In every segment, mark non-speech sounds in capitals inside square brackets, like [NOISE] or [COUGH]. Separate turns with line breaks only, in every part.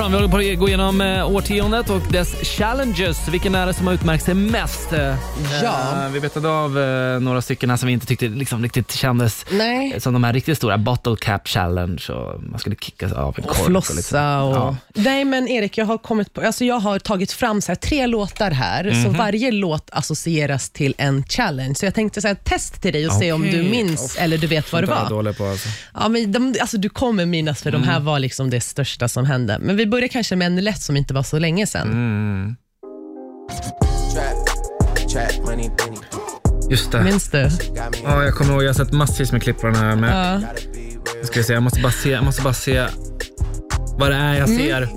fram. Vi håller på att gå igenom eh, årtiondet och dess challenges. Vilken är det som har utmärkt sig mest? Eh,
Ja.
eh, Vi betade av eh, några stycken här som vi inte tyckte liksom riktigt kändes
Nej.
eh, som de här riktigt stora. Bottle cap challenge och man skulle kickas av en
och
kork. och liksom.
flossa och...
Ja.
Nej men Erik, jag har kommit på... Alltså jag har tagit fram så här, tre låtar här,
Mhm.
så varje låt associeras till en challenge. Så jag tänkte så här, test till dig och se om
Okej.
du minns eller du vet vad det
Sånt där är jag
var.
dålig på alltså.
Ja, men de, alltså, du kommer minnas, för
Mm.
de här var liksom det största som hände. Men vi börjar kanske med en lätt som inte var så länge sedan.
Mm.
Trap, trap, money, penny.
Just det.
Minns du?
Got me,
Ja, jag kommer ihåg, jag har sett massvis med klipp på den här. Men
Ja.
gotta be real.
ska vi se, jag måste bara se, jag måste bara se vad det är jag
Mm,
ser.
Love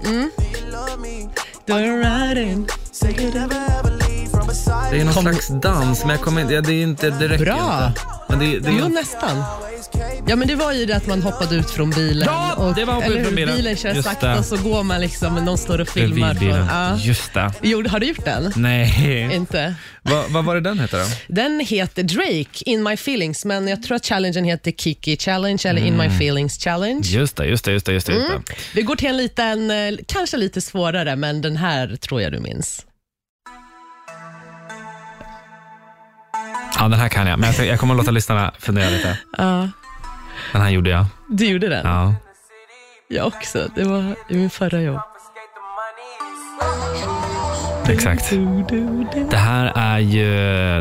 me.
You're riding.
Say you never ever leave from beside
Det
me.
är någon
Kom-
slags dans, men jag kommer inte, ja, det, är inte, det räcker
Bra.
inte. Men det, det,
Jo,
är-
nästan.
Always came
Ja, men det var ju det att man hoppade ut från bilen.
Ja,
och,
det var hoppa ut
eller hur?
från bilen.
Bilen kör
Just
sakta
det.
och så går man liksom, men någon står och filmar.
Bredvid bilen.
Från, ja.
Just det.
Jo, har du gjort den? [LAUGHS]
Nej.
Inte.
Vad vad var det den hette då?
Den heter Drake, In My Feelings, men jag tror att challengen heter Kiki Challenge eller In
Mm.
My Feelings Challenge.
Just det, just det, just det. Just det, just det.
Vi går till en liten, eh, kanske lite svårare, men den här tror jag du minns.
Ja, den här kan jag, men jag, tänk- jag kommer låta lyssnarna fundera lite.
Ja,
Den här gjorde jag.
du gjorde den.
Ja.
Jag också. Det var i min förra jobb.
Confiscate the money.
Exakt. Det här är ju,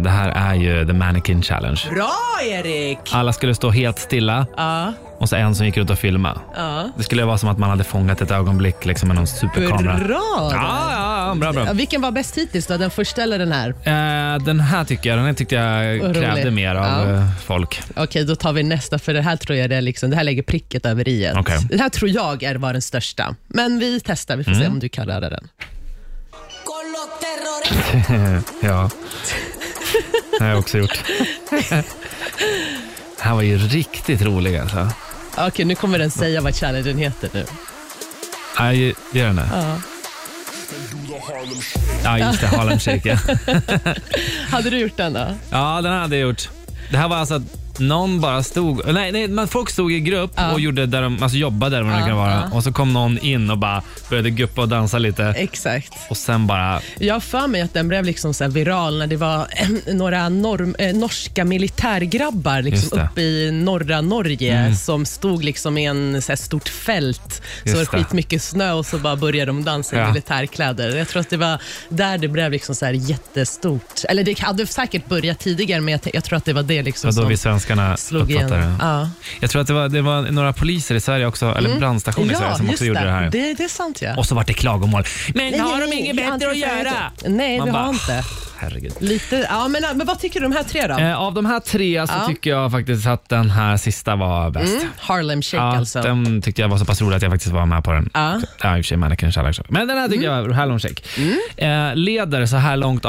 det här är ju The Mannequin Challenge.
Bra, Erik!
Alla skulle stå helt stilla
Ja,
och så en som gick runt och filmade.
ja.
Det skulle vara som att man hade fångat ett ögonblick liksom, med någon superkamera.
Bra!
Ja, ja, ja, bra, bra.
Ja, vilken var bäst hittills då? Den första eller den här?
Eh, den här tycker jag, den här tyckte jag
Vad rolig.
krävde mer av
Ja.
eh, folk.
Okej, då tar vi nästa, för det här tror jag det är liksom, det här lägger pricket över i. ett.
Okej.
Det här tror jag är var den största. Men vi testar, vi får
Mm.
se om du kan röra den.
Con los terroristas.
[LAUGHS] Ja. Det har jag också gjort. det här var ju riktigt rolig alltså.
Okej, nu kommer den säga vad challengen heter nu.
Ja, ge ge den det.
Ja.
Ja, just det. Harlem Shake. ja.
Hade du gjort den då?
Ja, den här hade jag gjort. Det här var alltså att någon bara stod... Nej, nej men folk stod i grupp och gjorde där de, alltså jobbade där vad det
Ja,
kan vara.
ja.
Och så kom någon in och bara började guppa och dansa lite.
Exakt.
Och sen bara...
Jag har för mig att den blev liksom så här viral när det var några norm, eh, norska militärgrabbar
Just
liksom
det. Mm.
uppe i norra Norge som stod liksom i en så här stort fält. Så var det
Just det.
skitmycket snö och så bara började de dansa i
Ja.
militärkläder. Jag tror att det var där det blev liksom så här jättestort. Eller det hade säkert börjat tidigare, men jag, t- jag tror att det var det liksom
Det var då
som
vi svenskarna
slog igen.
uppfattade det.
Ja, Mm.
Jag tror att det var, det var några poliser i Sverige också, eller brandstation i Sverige
ja
som
just
också gjorde det här.
Det, det är sant ja.
Och så vart det klagomål. Men
Nej,
har
nej,
de
nej,
inget
jag
bättre
antar
att
jag
göra?
inte. Nej,
Man
vi har
bara,
inte.
Herregud.
Lite, ja, men, men vad tycker du om de här tre då?
Eh, av de här tre så
Ja.
tycker jag faktiskt att den här sista var bäst.
Mm, Harlem Shake
Ja,
alltså.
Den tyckte jag var så pass rolig att jag faktiskt var med på den.
Ja. Mm.
Ja, i och för sig Mannequin Challenge. Men den här tycker jag var Hallon Shake. Eh, leder så här långt